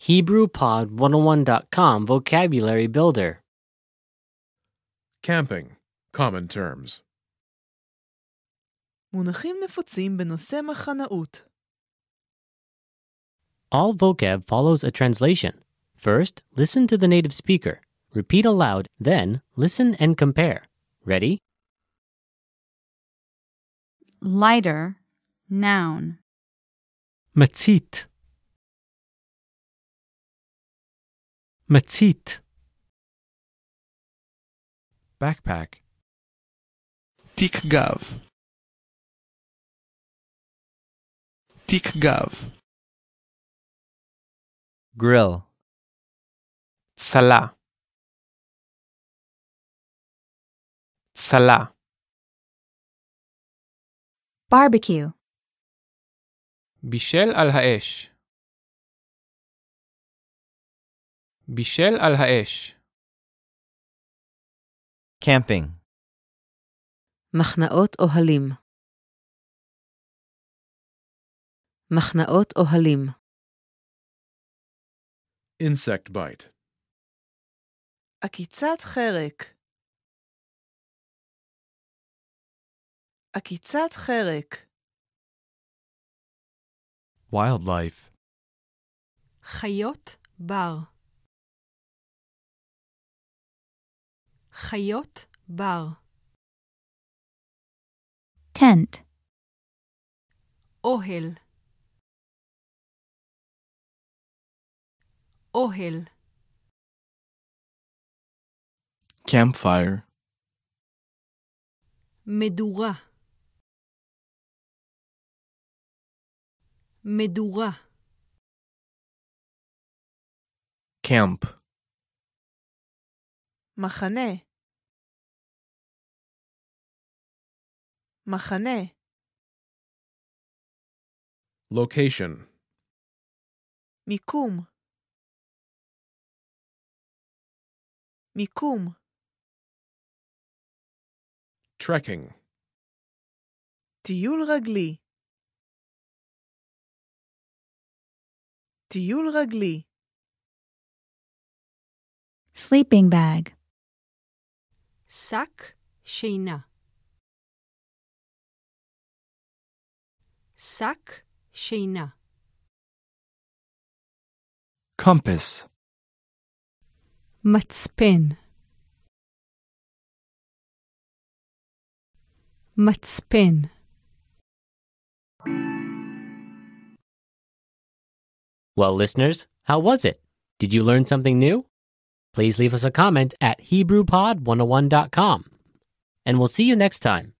HebrewPod101.com Vocabulary Builder. Camping. Common terms. מונחים נפוצים בנושא מחנאות. All vocab follows a translation. First, listen to the native speaker. Repeat aloud, then, listen and compare. Ready? Lighter, noun. מצית. מצית. Backpack. תיק גב. תיק גב. גריל. צלה. צלה. Barbecue. בישל על האש. בישל על האש. Camping. מחנאות אוהלים מחנאות אוהלים Insect bite. עקיצת חרק. עקיצת חרק. Wildlife. חיות בר. חיות בר. Tent. אוהל. אוהל. campfire, מדורה. מדורה. camp, מחנה. מחנה. Location. מיקום. מיקום. Trekking. טיול רגלי. טיול רגלי. Sleeping bag. שק שינה. שק שינה. compass, מצפן. מצפן. Well, listeners, how was it? Did you learn something new? oh Please leave us a comment at HebrewPod101.com. And we'll see you next time.